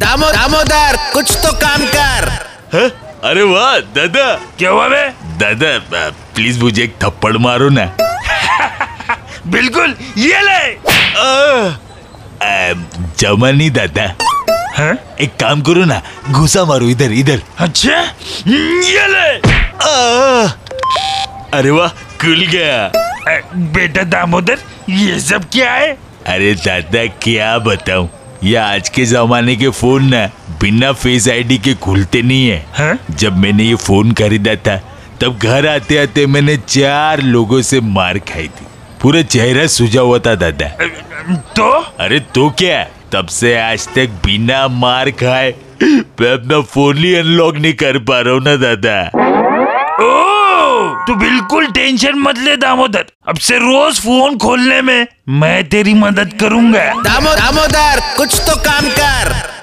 दामो दामोदर कुछ तो काम कर ह? हाँ? अरे वाह दादा क्या हुआ बे दादा अ, प्लीज मुझे एक थप्पड़ मारो ना बिल्कुल ये ले अ, अ, जमा नहीं दादा हैं? एक काम करो ना घुसा मारो इधर इधर अच्छा ये ले अ, अरे वाह खुल गया ए, बेटा दामोदर ये सब क्या है अरे दादा क्या बताऊं ये आज के जमाने के फोन ना बिना फेस आईडी के खुलते नहीं है हैं? जब मैंने ये फोन खरीदा था तब घर आते आते मैंने चार लोगों से मार खाई थी पूरा चेहरा सूजा हुआ था दादा अ, तो अरे तो क्या तब से आज तक बिना मार खाए मैं अपना फोन ही अनलॉक नहीं कर पा रहा हूँ ना दादा ओ तू बिल्कुल टेंशन मत ले दामोदर अब से रोज फोन खोलने में मैं तेरी मदद करूंगा दामो दामोदर कुछ तो काम कर